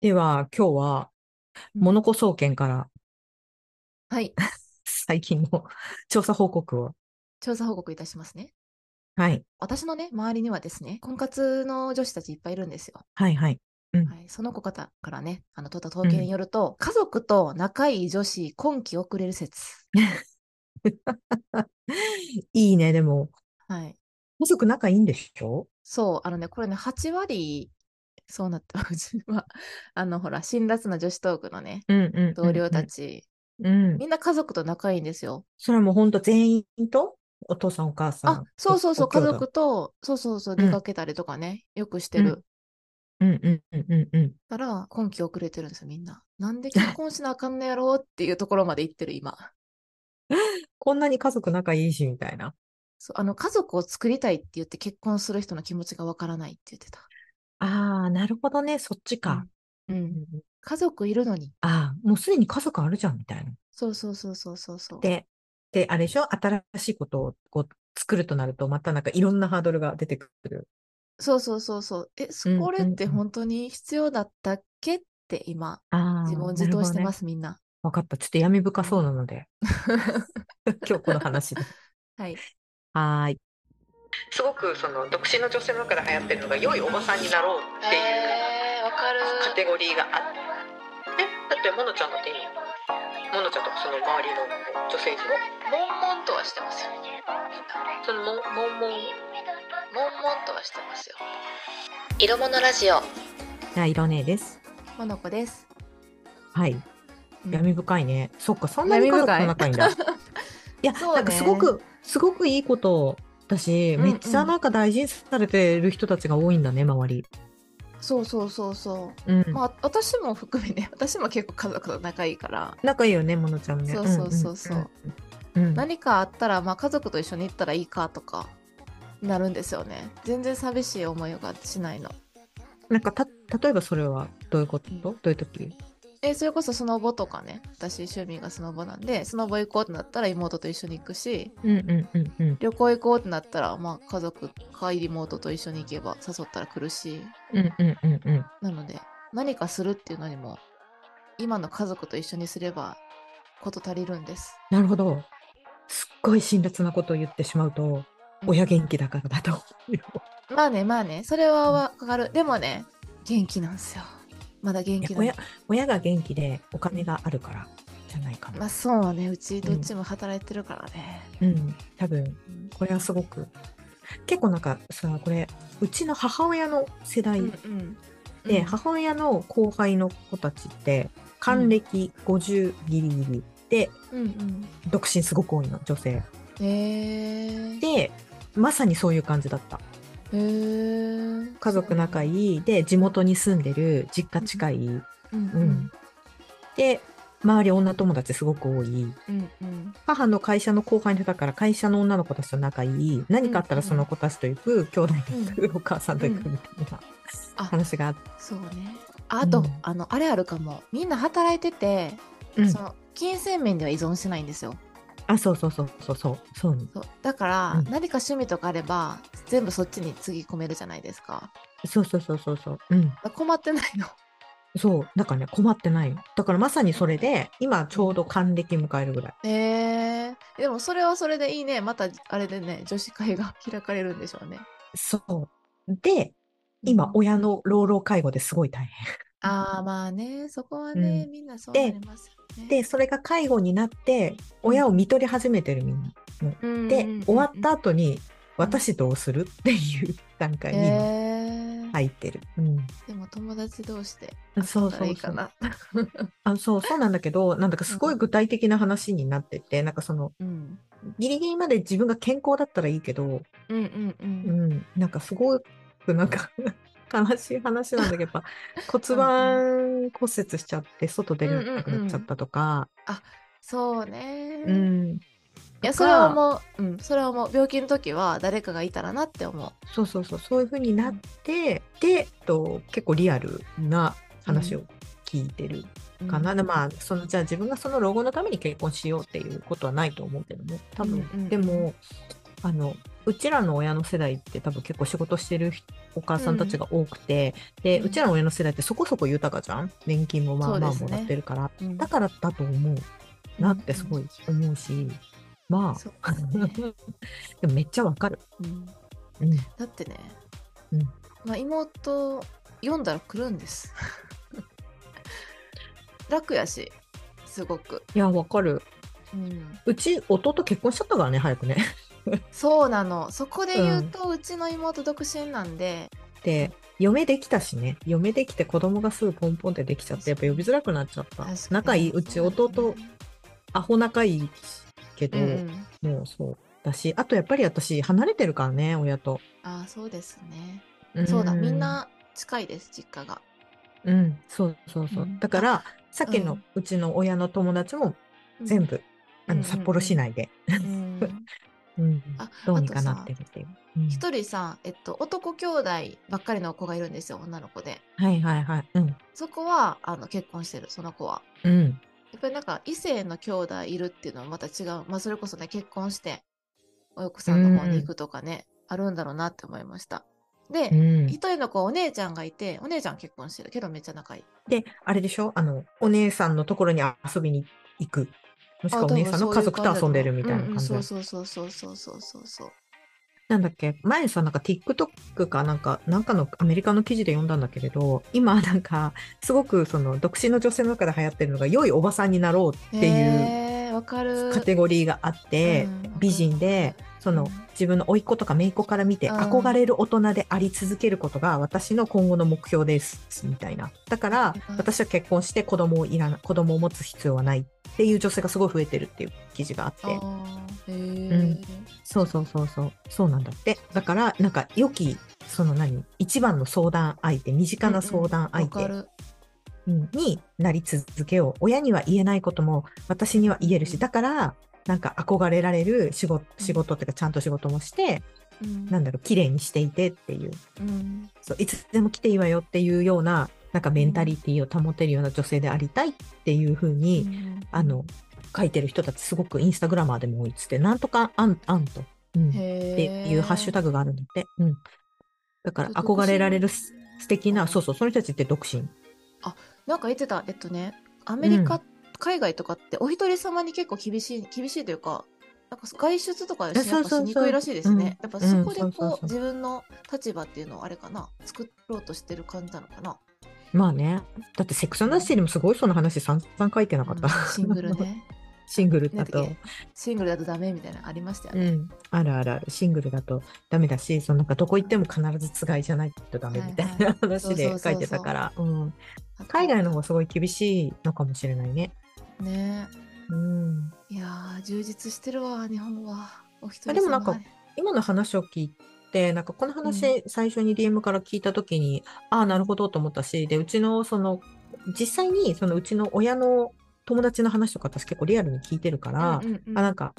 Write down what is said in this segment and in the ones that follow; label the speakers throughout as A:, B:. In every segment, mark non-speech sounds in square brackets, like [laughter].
A: では、今日は、
B: うん
A: モノコ総研から
B: はい。
A: 最近の [laughs] 調査報告を。
B: 調査報告いたしますね。
A: はい、
B: 私のね、周りにはですね、婚活の女子たちいっぱいいるんですよ。
A: はい、はい。
B: はい、その子方からね、あの、取った統計によると、家族と仲いい女子、婚期遅れる説。
A: いいね、でも、
B: はい。
A: 家族仲いいんでしょ
B: そう、あのね、これね、8割、そうなった。うちは、 [laughs] あの、ほら、辛辣な女子トークのね、
A: うん、うん
B: 同僚た。ち、
A: うん。
B: みんな家族と仲いいんですよ。
A: それはもう本当全員と、お父さん、お母さん。
B: あ、そうそうそう、
A: ご
B: 家
A: ご兄弟
B: 族と、そうそうそう、
A: うん
B: 出かけたりとかね、よくしてる。
A: うん、うん、うん、うん、うん。
B: だから、婚期遅れてるんですよ、みんな。なんで結婚しなあかんのやろうっていうところまで行ってる、今。
A: こんなに家族仲いいし、みたいな。
B: そう、あの、家族を作りたいって言って結婚する人の気持ちがわからないって言ってた。
A: ああ、なるほどね、そっちか。
B: うん。うん
A: うん
B: 家族いるのに。
A: ああ、もうすでに家族あるじゃん、みたいな。
B: そうそうそうそうそうそう。
A: で、で、あれでしょ新しいことをこう作るとなると、またなんかいろんなハードルが出てくる。
B: そうそうそうそう。え、そ
A: うん
B: これって
A: うん
B: 本当に必要だったっけって今、
A: あ。
B: 自問自答してますす、みんな。
A: わかった。ちょっと闇深そうなの [laughs] で、今日この話で。
B: はい。
A: はーい。すごくその独身の女性の中で流行ってるのが良いおばさんになろうって
B: えわかる
A: カテゴリーがあって、だってモノちゃんの手に、モノちゃんとかその周りの女性陣
B: 悶々とはしてますよ。
A: そのもんもん
B: 悶々とはしてますよ。色物ラジオ。
A: な色ねです。
B: モノコです。
A: はい。
B: うん
A: 闇深いね。そっか、そんなに家
B: 闇
A: 族
B: 深い
A: の仲いいん [laughs] だ。いや、
B: そうね
A: なんかすごく、すごくいいことだし、
B: うんうん
A: めっちゃなんか大事にされてる人たちが多いんだね、周り。
B: そうそうそうそう。
A: うん。
B: まあ、私も含めね、 [laughs] 私も結構家族と仲いいから、
A: 仲いいよね、ものちゃんね。
B: そうそうそうそうん
A: うんうん。うん
B: 何かあったら、まあ、家族と一緒に行ったらいいかとか、なるんですよね。全然寂しい思いがしないの。
A: なんかた、例えばそれはどういうことどういう時
B: え、それこそスノボとかね、私趣味がスノボなんで、スノボ行こうってなったら妹と一緒に行くし、
A: うんうんうんうん。
B: 旅行行こうってなったら、まあ、家族か妹と一緒に行けば誘ったら来るし、
A: うんうんうんうん。
B: なので、何かするっていうのにも、今の家族と一緒にすれば、こと足りるんです。
A: なるほど。すっごい辛辣なことを言ってしまうと、
B: うん
A: 親元気だからだと。
B: まあねまあねそれはわかる、でもね元気なんですよまだ元
A: いや
B: 気なの
A: 親親が元気でお金があるからじゃないかな
B: まあそうはねうちどっちも働いてるからね、
A: うん、多分これはすごく結構なんかさこれうちの母親の世代
B: うんうん
A: で、
B: うん
A: 母親の後輩の子たちって還暦50ギリギリで
B: うん
A: 独身すごく多いの女性
B: うんへえ
A: でまさにそういう感じだった
B: へー
A: 家族仲
B: い、
A: いいで地元に住んでる実家近い、
B: うんう
A: うんん、で周り女友達すごく多い
B: うんうん、
A: 母の会社の後輩の人だから会社の女の子たちと仲いい何かあったらその子たちと行く、兄弟と行く、お母さんと行くみたいな
B: あ
A: 話があって、
B: そうねあと、
A: うん
B: あのあれあるかもみんな働いてて、
A: うん
B: その金銭面では依存しないんですよ
A: あそうそうそうそうそうそう
B: そうだから、
A: うん
B: 何か趣味とかあれば全部そっちにつぎ込めるじゃないですか
A: そうそうそうそうそううん
B: だから困ってないの
A: そうだからね困ってないよだからまさにそれで今ちょうど還暦迎えるぐらい
B: えー、でもそれはそれでいいね。またあれでね、女子会が [laughs] 開かれるんでしょうね。
A: そうで今
B: うん
A: 親の老老介護ですごい大変
B: ああ、まあね、そこはね、
A: う
B: みんなそう
A: で
B: なりますよね。
A: でそれが介護になって親を見取り始めてるみんな
B: うんうんうんうん、
A: で終わった後に私どうするっていう段階
B: え
A: に今
B: ー
A: 入ってる。うん
B: でも友達同士で
A: そう
B: た
A: そ
B: ら
A: う
B: いいか
A: そう
B: な。
A: あそうそうなんだけどなんだかすごい具体的な話になってて、なんかその
B: うん
A: ギリギリまで自分が健康だったらいいけど、
B: うんうんう。
A: うんん、なんかすごくなんか [laughs] 悲しい話なんだけどやっ
B: [laughs]
A: ぱ骨盤骨折しちゃって外出れなくなっちゃったとか、
B: そうね。
A: うん
B: いや、それは思う。うん、それは思う。病気の時は誰かがいたらなって思う。
A: そうそうそうそういう風になってでと結構リアルな話を聞いてる
B: うん
A: かな、でまあそのじゃあ自分がその老後のために結婚しようっていうことはないと思うけどね多分、
B: うんうん
A: でもあのうちらの親の世代って多分結構仕事してる人お母さんたちが多くて、で
B: うん
A: うちらの親の世代ってそこそこ豊かじゃん年金もまあまあ
B: そうで
A: も
B: すね
A: らってるから、
B: うん
A: だからだと思うなってすごい思うし、ま
B: そう
A: あ、
B: ですね
A: [laughs] でもめっちゃわかる。
B: うん
A: うん
B: だってね、
A: うん
B: まあ、妹読んだら来るんです
A: [laughs]
B: 楽やしすごく、
A: いや、わかる。
B: うん、
A: うち、弟結婚しちゃったからね、早くね。 [laughs]
B: そうなのそこで言うと、うちの妹独身なんで
A: で、嫁できたしね。嫁できて子供がすぐポンポンってできちゃって、やっぱ呼びづらくなっちゃった
B: 確かに。
A: 仲いい、うち弟、アホ仲いいけ
B: う
A: ど、
B: んうん
A: もうそうだし、あとやっぱり私、離れてるからね、親と。
B: ああそうですね、そうだみん、な近いです実家が
A: うん、そうそうそう。
B: うん
A: だから、さっき
B: う
A: の
B: ん
A: うちの親の友達も全、部、あ
B: うん
A: の
B: うんうん
A: 札幌市内で、
B: うん
A: [laughs]
B: うん
A: うん、
B: あ
A: どうにかなってるっていう。うん
B: 一人さ、えっと、男兄弟ばっかりの子がいるんですよ女の子で
A: はいはいはい。うん。
B: そこはあの結婚してるその子は
A: うん。
B: やっぱりなんか異性の兄弟いるっていうのはまた違う、まあ、それこそね結婚してお子さんの方に行くとかね、あるんだろうなって思いましたで
A: う、ん
B: 一人の子はお姉ちゃんがいてお姉ちゃん結婚してるけどめっちゃ仲いい
A: で、あれでしょあの、お姉さんのところに遊びに行く。もしくはお姉さんの家族と遊んでるみたいな感じ
B: うんうん、そうそうそうそうそうそうそう
A: なんだっけ前さ、なんか TikTok かなんか、なんかのアメリカの記事で読んだんだけれど、今なんか、すごくその独身の女性の中で流行ってるのが、良いおばさんになろうっていう
B: へーわかる
A: カテゴリーがあって
B: うんわかる、
A: 美人で、その
B: うん
A: 自分の甥っ子とか姪っ子から見て
B: うん
A: 憧れる大人であり続けることが私の今後の目標ですみたいなだから
B: うん
A: 私は結婚して子供をいらな子供を持つ必要はないっていう女性がすごい増えてるっていう記事があっ
B: あ
A: て
B: ーへー
A: うんそうそうそうそうそうなんだってだからなんか良きその何一番の相談相手身近な相談相手
B: わかる
A: うんになり続けよう親には言えないことも私には言える
B: う
A: し
B: ん
A: だからなんか憧れられる仕事仕事っていうかちゃんと仕事もして
B: うん
A: なんだろう綺麗にしていてっていう
B: うん
A: そういつでも来ていいわよっていうようななんかメンタリティーを保てるような女性でありたいっていう風に、
B: うん
A: あの書いてる人たちすごくインスタグラマーでも多いっつってなんとかあんあんと、うん、っ
B: へ
A: ていうハッシュタグがあるんだって、うん、だから憧れられるす素敵なそうそうその人たちって独身
B: グなんか言ってたえっとねアメリカ、海外とかってお一人様に結構厳しい厳しいというかなんか外出とかし
A: えそう
B: やっぱし
A: そうそう
B: にくいらしいですねやっぱそこで
A: うんそうそうそ
B: こ
A: う
B: う自分の立場っていうのをあれかな作ろうとしてる感じなのかな
A: まあねだってセクション雑誌にもすごいその話散々書いてなかった、
B: うんシングルね
A: [laughs] シングルだ
B: な
A: と
B: んだっシングルだとダメみたいなのありましたよ
A: う
B: ね、
A: ん、あるあるあるシングルだとダメだしそのなんかどこ行っても必ずつがいじゃないとダメみたいな話で書いてたからうん
B: あと
A: 海外の方がすごい厳しいのかもしれないね。
B: ね
A: うん、
B: いやー充実してるわ日本はお一人様
A: あでもなんか
B: がね
A: 今の話を聞いてなんかこの話最初に DM から聞いた時に、ああなるほどと思ったしでうちのその実際にそのうちの親の友達の話とか私結構リアルに聞いてるから、
B: うんうんうん
A: あなんか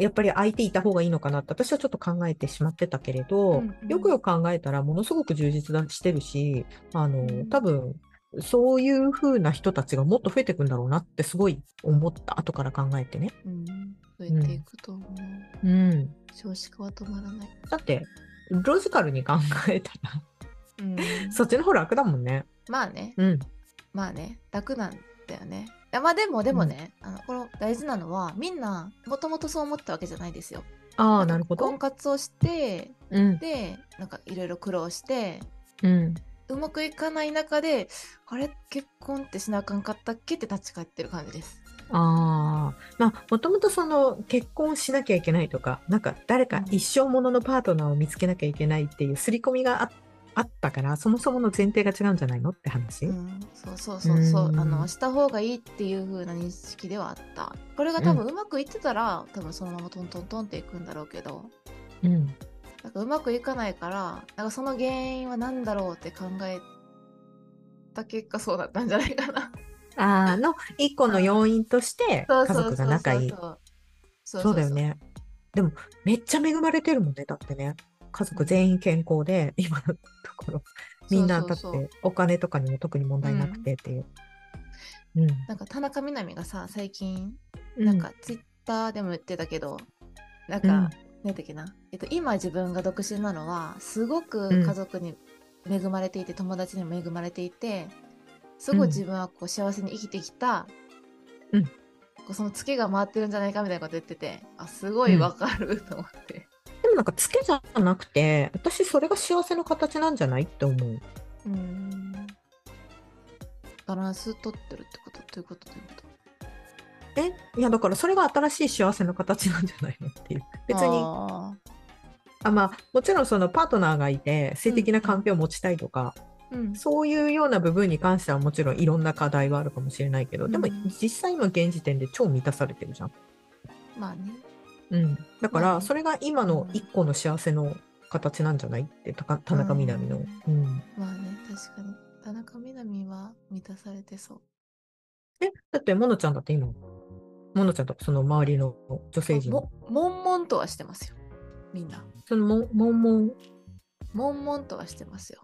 A: やっぱり相手いた方がいいのかなって私はちょっと考えてしまってたけれど、
B: うんうん
A: よくよく考えたらものすごく充実だしてるしあ
B: う
A: の
B: ん
A: 多分そういう風な人たちがもっと増えていくんだろうなってすごい思った後から考えてね。
B: うん、増えていくと思う、
A: うん、
B: 少子化は止まらない、
A: だってロジカルに考えたら [laughs] そっちの方楽だもんね。
B: まあね
A: うん、
B: まあね楽なんだよねいやまあでもでもね、あのこの大事なのはみんなもともとそう思ったわけじゃないですよ
A: あ
B: あ
A: あなるほ
B: 婚
A: ど。
B: 活をして
A: うん
B: でなんかいろいろ苦労して
A: うん、
B: うまくいかない中であれ結婚ってしなあかんかったっけって立ち返ってる感じです
A: ああまあもともとその結婚しなきゃいけないとかなんか誰か一生もののパートナーを見つけなきゃいけないっていう刷り込みがああったからそもそもの前提が違うんじゃないのって話。
B: うん、そうそうそうそう
A: うん
B: あのした方がいいっていう風な認識ではあったこれが多分うまくいってたら、多分そのままトントントンっていくんだろうけど
A: うん
B: なんかうまくいかないからなんかその原因は何だろうって考えた結果そうだったんじゃない
A: [laughs]
B: かな
A: あーの一個の要因として
B: そう
A: 家
B: そう
A: 族が仲いい。
B: そうそう
A: そうだよね。でもめっちゃ恵まれてるもんねだってね家族全員健康で今のところみんな
B: そう
A: だっ
B: そうそう
A: てお金とかにも特に問題なくてっていう。うん
B: なんか田中みな実がさ最近
A: う
B: なんかツイッターでも言ってたけど、
A: う
B: なん
A: ん
B: か何だっけな、えっと、今自分が独身なのはすごく家族に恵まれていて、友達にも恵まれていてすごい自分はこう幸せに生きてきた、
A: うん
B: こうそのツケが回ってるんじゃないかみたいなこと言っててあすごいわかると思って、
A: でもなんか、つけじゃなくて、私、それが幸せの形なんじゃないって思う。
B: うん、バランス取ってるってことということということ
A: えいや、だから、それが新しい幸せの形なんじゃないのっていう。別に、
B: あ
A: あまあ、もちろん、そのパートナーがいて、性的な関係を持ちたいとか、
B: ー、うん、
A: そういうような部分に関してはもちろんいろんな課題はあるかもしれないけど、でも
B: うん
A: 実際今現時点で超満たされてるじゃん。
B: まあね
A: うん、だか
B: まあ
A: ら
B: ね
A: それが今の一個の幸せの形なんじゃないってたか田中みな実の。うん、
B: まあね確かに田中みな実は満たされてそう
A: えだってモノちゃんだって今モノちゃんとかその周りの女性陣
B: も悶々とはしてますよみんな
A: そのももんもん
B: 悶々とはしてますよ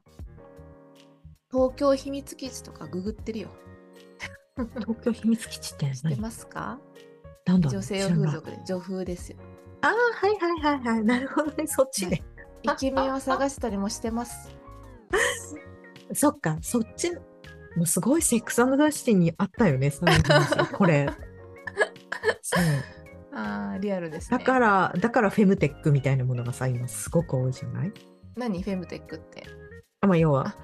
B: 東京秘密基地とかググってるよ
A: 東京秘密基地って
B: 知って
A: 何
B: ますか
A: なんだろう
B: 女性用
A: 知らない
B: 風俗で女風ですよ
A: ああはいはいはいはいなるほどねそっちね。
B: イケメンを探したりもしてます
A: [laughs] そっかそっちもうすごいセックスアンドザシティにあったよねその話こ [laughs] れ。そう
B: あーリアルですね
A: だから、だからフェムテックみたいなものがさ、今すごく多いじゃない
B: 何フェムテックって
A: あまあ、要は、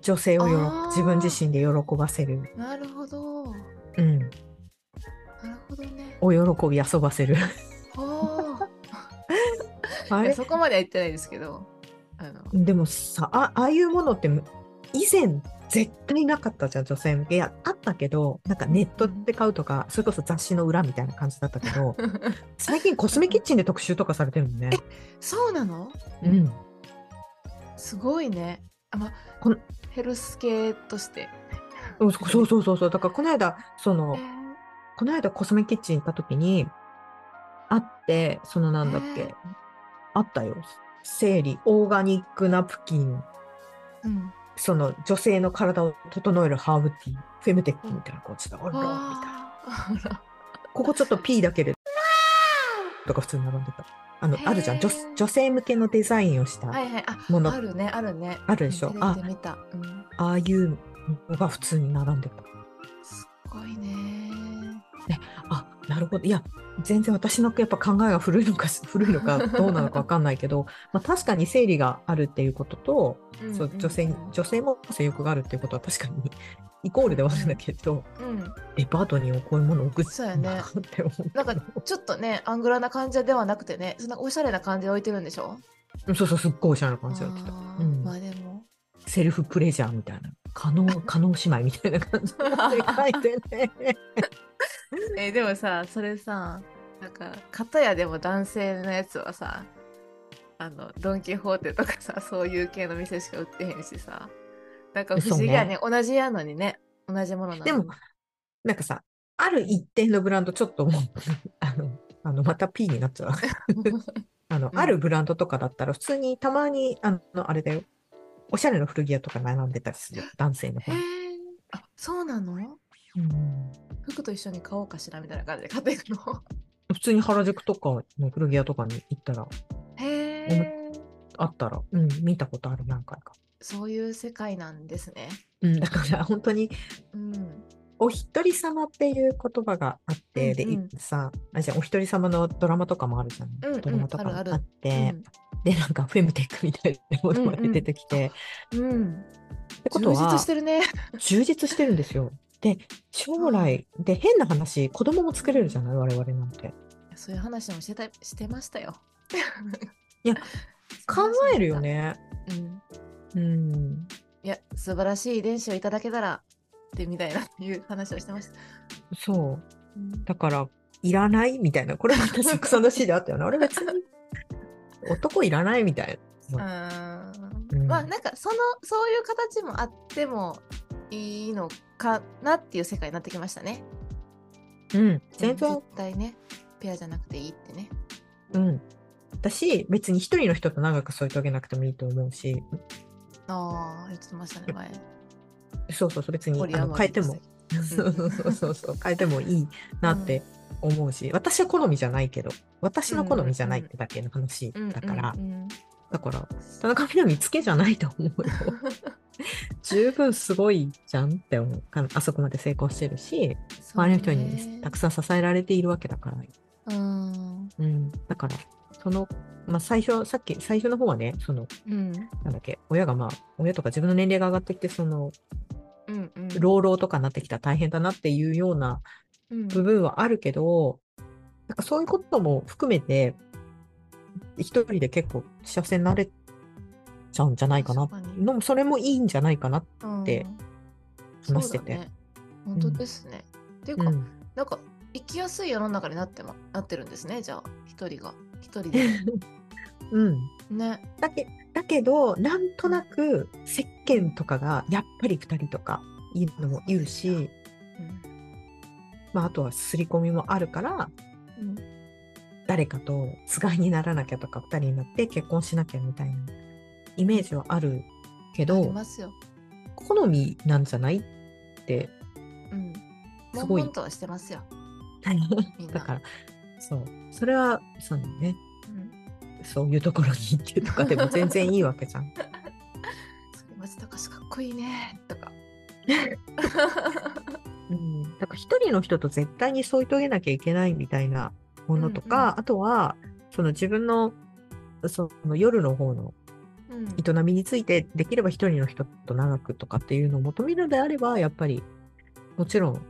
A: 女性をよろ
B: あー
A: 自分自身で喜ばせる。
B: なるほどな
A: うん。
B: るほどね
A: お喜び遊ばせ [laughs] る。
B: おー
A: [laughs] あ
B: いや
A: れ
B: そこまでは言ってないですけどあ
A: [laughs]
B: の
A: でもさあ、ああいうものってむ、以前、絶対なかったじゃん、女性向け。いや、あったけど、なんかネットで買うとか、それこそ雑誌の裏みたいな感じだったけど、最近コスメキッチンで特集とかされてるもんね。
B: そうなの
A: うん。
B: すごいねあま
A: この
B: ヘルス系として
A: うんそうそうそうそう。だから、この間、その
B: え、ー
A: この間コスメキッチン行った時に、あって、そのなんだっけ、
B: えー
A: あったよ。生理、オーガニックナプキン、
B: うん、
A: その女性の体を整えるハーブティー、フェムテックみたいな感じだ。あら、みたいな。
B: あら
A: ここちょっと P だけで、とか普通に並んでた。あの
B: へ、ー
A: あるじゃん女。女性向けのデザインをした
B: [laughs] はいはいあ
A: もの、
B: あるねあるね
A: あるでしょ
B: うんテ
A: あ
B: レビで見た、うん、
A: ああいうのが普通に並んでた。
B: すごいね
A: あなるほどいや全然私のやっぱ考えが古いのか [laughs] 古いのかどうなのか分かんないけどまあ確かに生理があるっていうことと、そう女性に女性も性欲があるっていうことは確かに [laughs] イコールではあるんだけど、
B: うん
A: デパートにこういうものを送って
B: そうや
A: んだ
B: ね
A: なって思う
B: なんかちょっとねアングラな感じではなくてねそんなおしゃれな感じで置いてるんでしょ
A: うんそうそうすっごいおしゃれな感じだってた
B: あ
A: う
B: ー
A: ん
B: まあでも
A: セルフプレジャーみたいな可能可能姉妹みたいな感
B: [laughs]
A: じで書いてね
B: えでもさそれさなんか片やでも男性のやつはさあのドン・キホーテとかさ [laughs] そういう系の店しか売ってへんしさなんか不思議やね同じやのにね同じものなのに [laughs]
A: でもなんかさある一定のブランドちょっともう [laughs] あのあのまた P になっちゃうあの、
B: うん
A: あるブランドとかだったら、普通にたまに、あの、あれだよ。おしゃれな古着屋とか並んでたりするよ男性の方
B: へえ。 [laughs] あそうなの
A: うん
B: 服と一緒に買おうかしらみたいな感じで買っていくの
A: 普通に原宿とかの古着屋とかに行ったら、
B: へ
A: え
B: え
A: あったら、うん、見たことある何回か。
B: そういう世界なんですね
A: うん、だから本当に、
B: うん
A: お一人様っていう言葉があって、で、い
B: うんう
A: さ、あれじゃんお一人様のドラマとかもあるじゃん。
B: うんうん
A: ドラマとかも
B: あるある
A: あって、で、なんかフェムテックみたいなものまで出てきて、
B: うん、うん、
A: ってこと
B: 充
A: は、
B: 実してるね
A: 充実してるんですよ。で、将来、で、変な話、子供も作れるじゃない、我々なんて。
B: そういう話もしてたしてましたよ
A: いや考えるよね。う
B: うん
A: ん。
B: いや素晴らしい遺伝子をいただけたらってみたいないう話をしてました。
A: そう。
B: うん
A: だから、いらないみたいな。これまたセックスのシーであったよね。あれ別に、男いらないみたいな。
B: あ
A: う
B: ー
A: ん
B: まあなんかそのそういう形もあってもいいのかなっていう世界になってきましたね。
A: うん。全然
B: 絶、対ねペアじゃなくていいってね。
A: うん。私、別に一人の人と長く添えてあげなくてもいいと思うし、
B: ああ言ってましたね前。
A: そうそうそう、別に
B: ポリ
A: あ
B: ア
A: の
B: モリー
A: 変えても
B: で、
A: [laughs]
B: し
A: そうそうそうそう、変えてもいいなって思うし、私は好みじゃないけど、私の好みじゃないってだけの話
B: うん
A: だから
B: う、ん
A: だから、田中みな実つけじゃないと思
B: [laughs]
A: うよ。十分すごいじゃんって思う。あのあそこまで成功してるし、周りの人にたくさん支えられているわけだから。
B: さん、うん
A: うん。だから、その、まあ、最初、さっき、最初の方はね、その、
B: うん
A: なんだっけ、親がまあ、親とか自分の年齢が上がってきて、その、
B: うんうん、
A: 老老とかになってきたら大変だなっていうような
B: うん
A: 部分はあるけど、なんかそういうことも含めて、一人で結構幸せになれちゃうんじゃないかな。
B: 確かに
A: のもそれもいいんじゃないかな。て
B: うん
A: 話してて
B: そうだね本当ですね。っていう
A: う
B: か、
A: ん、
B: なんか生きやすい世の中になって,、ま、なってるんですねじゃあ一人が一人で
A: うん
B: ね。
A: だけだけど、なんとなく世間とかがやっぱり二人とかいるのもいるし、
B: うん
A: まあ、あとは刷り込みもあるから、
B: うん
A: 誰かとつがいにならなきゃとか二人になって結婚しなきゃみたいなイメージはあるけ
B: あり
A: ど
B: ますよ。
A: 好みなんじゃないって
B: うん。
A: す
B: す
A: ご
B: ご
A: い
B: い。とはしてますよ。みんな
A: だからそうそれはそうね
B: うん。
A: そういうところに行ってとかでも全然いいわけじゃ
B: [laughs]
A: ん
B: 松高しかっこいいねとか。
A: うん、だから一人の人と絶対に添い遂げなきゃいけないみたいなものとか、
B: うん
A: あとはその自分のその夜の方の
B: うん。
A: 営みについてできれば一人の人と長くとかっていうのを求めるのであればやっぱりもちろん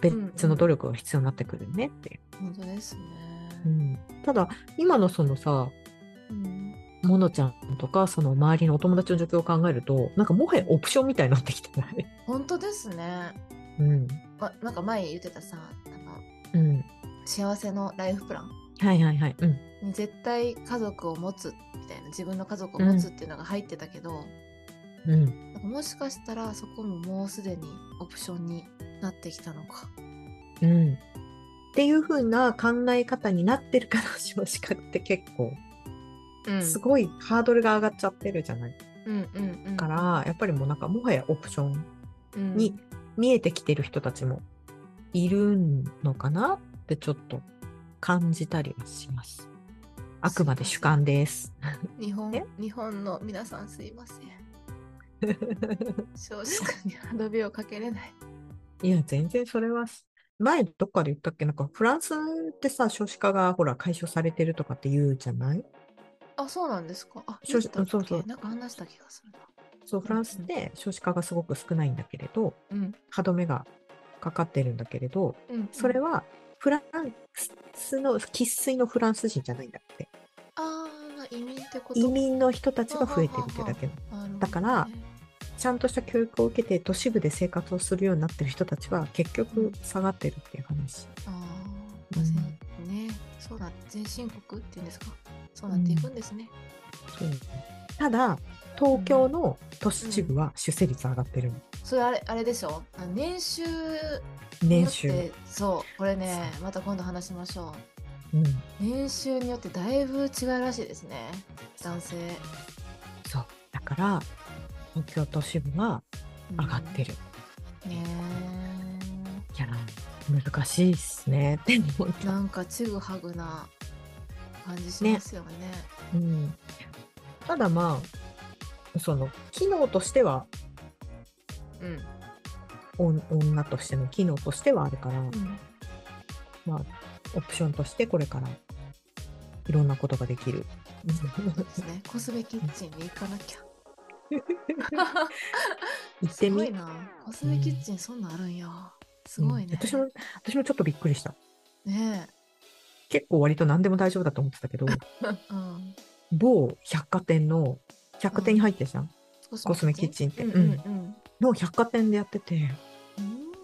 A: 別の努力が必要になってくるよねっていう、
B: 本当ですね。
A: うんただ今のそのさ
B: うん。
A: モノちゃんとかその周りのお友達の状況を考えるとなんかもはやオプションみたいになってきてない、 [laughs]
B: 本当ですね。
A: うん
B: ま、なんか前言ってたさ、なんか
A: うん、
B: 幸せのライフプラン
A: はいはいはい、うん、
B: に絶対家族を持つみたいな自分の家族を持つっていうのが入ってたけど、
A: うん、
B: なんかもしかしたらそこももうすでにオプションになってきたのか。
A: うんっていう風な考え方になってるから [laughs] 少子化って結構
B: うん
A: すごいハードルが上がっちゃってるじゃない、
B: うんうんうん、
A: からやっぱりもうなんかもはやオプション
B: うん
A: に見えてきてる人たちもいるのかなってちょっと感じたりはします。あくまで主観です。
B: 日本
A: え
B: 日本の皆さんすいません。少子化に歯止めをかけれない。
A: [laughs] いや、全然それは、前どっかで言ったっけなんかフランスってさ、少子化がほら解消されてるとかって言うじゃない
B: あ、そうなんですか。あ、
A: 少子
B: 言ったっけ
A: そうそう
B: なんか話した気がするな。
A: そう、フランスって少子化がすごく少ないんだけれど、
B: うん
A: 歯止めがかかってるんだけれど、
B: うん。
A: それ
B: は。
A: はフランスの、生粋のフランス人じゃないんだって。
B: ああ、移民ってこと。
A: 移民の人たちが増えてるってだけ
B: なるほどね
A: だからちゃんとした教育を受けて都市部で生活をするようになってる人たちは結局下がってるっていう話。
B: あーまあ、せんね、そうな全進国っていうんですか。そうなっていくんですね。
A: ただ東京の都市部は出生率上がってるの
B: それあれあれでしょ。あ年収によ
A: 年
B: っ
A: 収、
B: てそうこれねまた今度話しましょう。
A: うん、
B: 年収によってだいぶ違うらしいですね男性
A: そうだから東京都市部は上がって
B: る、
A: る、
B: うんね
A: いや難しいっすねって思っ
B: え
A: た、
B: なんかちぐはぐな感じしますよね
A: うん、ただまあその機能としてはお女としての機能としてはあるから、
B: うん、うん、
A: まあ、オプションとしてこれからいろんなことができ
B: [laughs]
A: る。
B: そうですねコスメキッチンに行かなきゃ
A: 行って
B: す
A: み
B: ごいなコスメキッチンそんなんあるんやすごいね、
A: うん私も私もちょっとびっくりした。
B: ね
A: 結構割と何でも大丈夫だと思ってたけど、
B: え、うん、
A: 某百貨店の百貨店に入ってるじゃん、コスメキッチンって
B: うんうんうん
A: の百貨店でやってて、
B: うん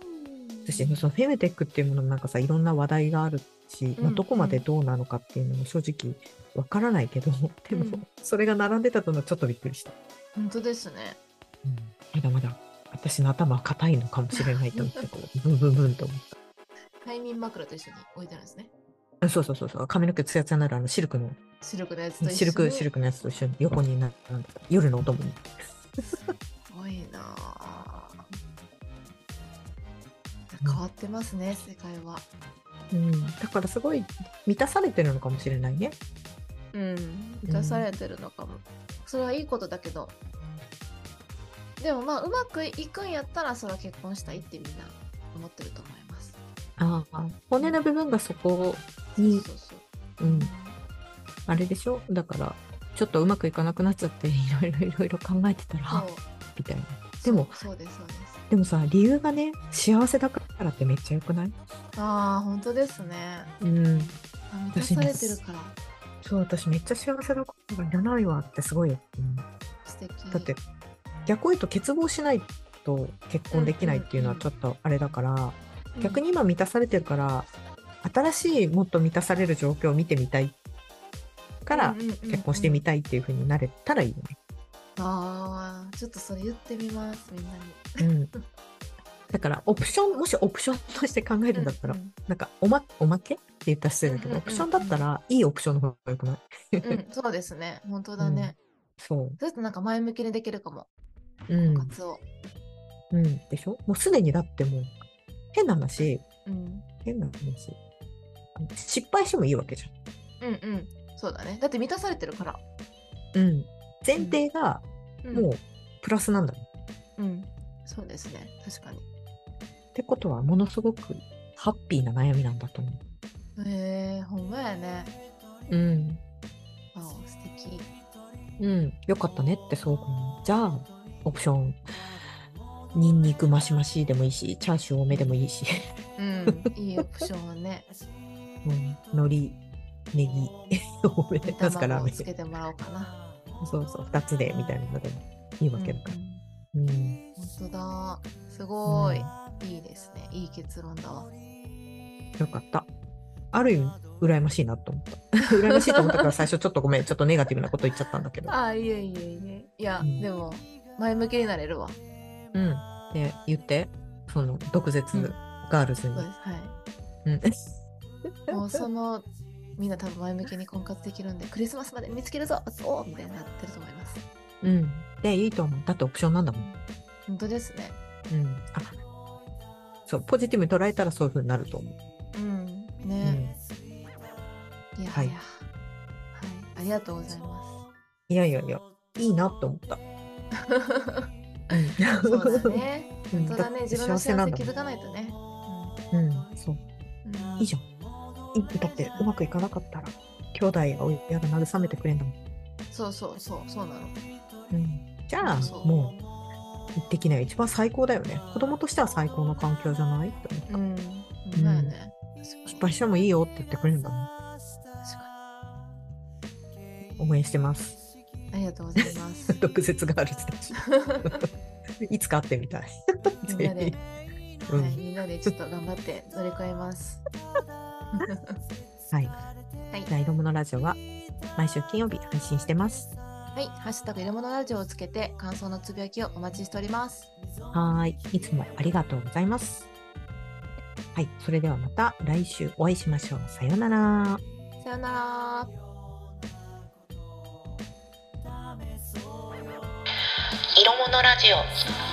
A: 私そのフェムテックっていうものもなんかさいろんな話題があるし、まあ、
B: うん
A: どこまでどうなのかっていうのも正直わからないけど、で
B: う
A: も
B: ん
A: それが並んでたとのはちょっとびっくりした。
B: 本当ですね
A: うんまだまだ私の頭は硬いのかもしれないと思って、こ [laughs] う、ブンブンブンと思った
B: 快眠枕と一緒に置いてあるんですね
A: あ。そうそうそうそう、髪の毛ツヤツヤになるあのシルクの、
B: シルクのやつと一緒に
A: シルク、シルクのやつと一緒に横になるんだ夜のお供に。
B: すごいなあ変わってますね世界は
A: うん、だからすごい満たされてるのかもしれないね。
B: うん満たされてるのかも、それはいいことだけどでもまあうまくいくんやったらそれは結婚したいってみんな思ってると思います
A: ああ、骨の部分がそこに、
B: そうそう
A: うん、あれでしょだから、ちょっとうまくいかなくなっちゃって、いろいろいろいろ考えてた
B: そう
A: ら、みたいな。でも
B: そうそうですそうです
A: でもさ、理由がね、幸せだからってめっちゃ良くない
B: ああ本当ですね
A: うん。
B: あ満たされてるから
A: そう、私めっちゃ幸せだからいらないわってすごいよ。うんだ
B: 素敵
A: って、逆を言うと欠乏しないと結婚できないっていうのはちょっとあれだから、逆に今満たされてるから新しいもっと満たされる状況を見てみたいから結婚してみ
B: て、
A: たいっていう風になれたらいいよね。
B: ああちょっとそれ言ってみますみんなに
A: うん、だからオプションもしオプションとして考えるんだったら、
B: うんうん
A: なんかおまおまけって言ったら失礼だけど、
B: うんうんう
A: オ
B: ん
A: プションだったらいいオプションの方がよくない
B: うん、そうですね。本当だね。
A: そう。
B: そうするとなんか前向きにできるかも、
A: うん
B: カツオ。
A: うん、でしょもうすでにだってもう変な話
B: うん。
A: 変な話失敗してもいいわけじゃん。
B: うんうん。そうだね。だって満たされてるから。
A: うん、前提が
B: うん、
A: もうプラスなんだね。
B: う。ん。そうですね。確かに。
A: ってことはものすごくハッピーな悩みなんだと思う。
B: へえー、ほんまやね。
A: うん。
B: ああ、素敵。
A: うん。よかったねってそうかも。じゃあ、オプション。ニンニクマシマシでもいいし、チャーシュー多めでもいいし、
B: うん。いいオプションね。
A: うん、海苔、 [laughs] ネギ、多め、なすかラー
B: 卵を
A: メン。
B: つけてもらおうかな。
A: そうそう、二つで、みたいなのでもいいわけだから。うん。
B: うん本当だ。すごい、
A: う
B: いいですね。いい結論だわ。
A: んよかった。ある意味、羨ましいなと思った。羨ましいと思ったから最初ちょっとごめん、ちょっとネガティブなこと言っちゃったんだけ
B: [laughs]
A: ど。
B: ああ、いえいえいえ。いや、
A: うん
B: でも、前向きになれるわ。
A: うん。で、言って、その、毒舌、
B: うん
A: ガールズに
B: そう。です。はい。
A: うん。 [laughs]
B: もうそのみんな多分前向きに婚活できるんでクリスマスまで見つけるぞおおみたいになってると思います
A: うん。で、いいと思う。だってオプションなんだもん。
B: 本当ですね
A: うん。あ、そう、ポジティブに捉えたらそういう風になると思う。
B: うん
A: う
B: ね、
A: ん。
B: いや
A: はい
B: いやはいありがとうございま
A: いやいやいや、いいなと思った。
B: [laughs]
A: [laughs]
B: すそうだね
A: うん。
B: 本当だね自分の
A: [laughs] 幸せなん
B: 幸
A: だ
B: せ気
A: もん
B: づかないとね
A: うん、そう。
B: うん
A: いいじゃん。いだって、うまくいかなかったら、兄弟や親が慰めてくれんだもん。
B: そうそうそうそうなの
A: うん。じゃあ、
B: そう
A: もう、一滴ね、一番最高だよね。子供としては最高の環境じゃないって思った。
B: うんだよね
A: 失敗してもいいよって言ってくれるんだも
B: 確か
A: ん。応援してます。 [laughs]
B: にありがとうございます
A: 毒舌がある人た
B: [laughs]
A: ち。いつか会ってみたい。
B: みんなで、
A: うん
B: はい、みんなでちょっと頑張って乗り越えます
A: はい。
B: はい
A: ダイロムのラジオは毎週金曜日配信してます。
B: はい、ハッシュタグいるものラジオをつけて感想のつぶやきをお待ちしております。
A: はーい。いつもありがとうございます。はい。それではまた来週お会いしましょう。さようなら。
B: さよなら。
C: 色物ラジオ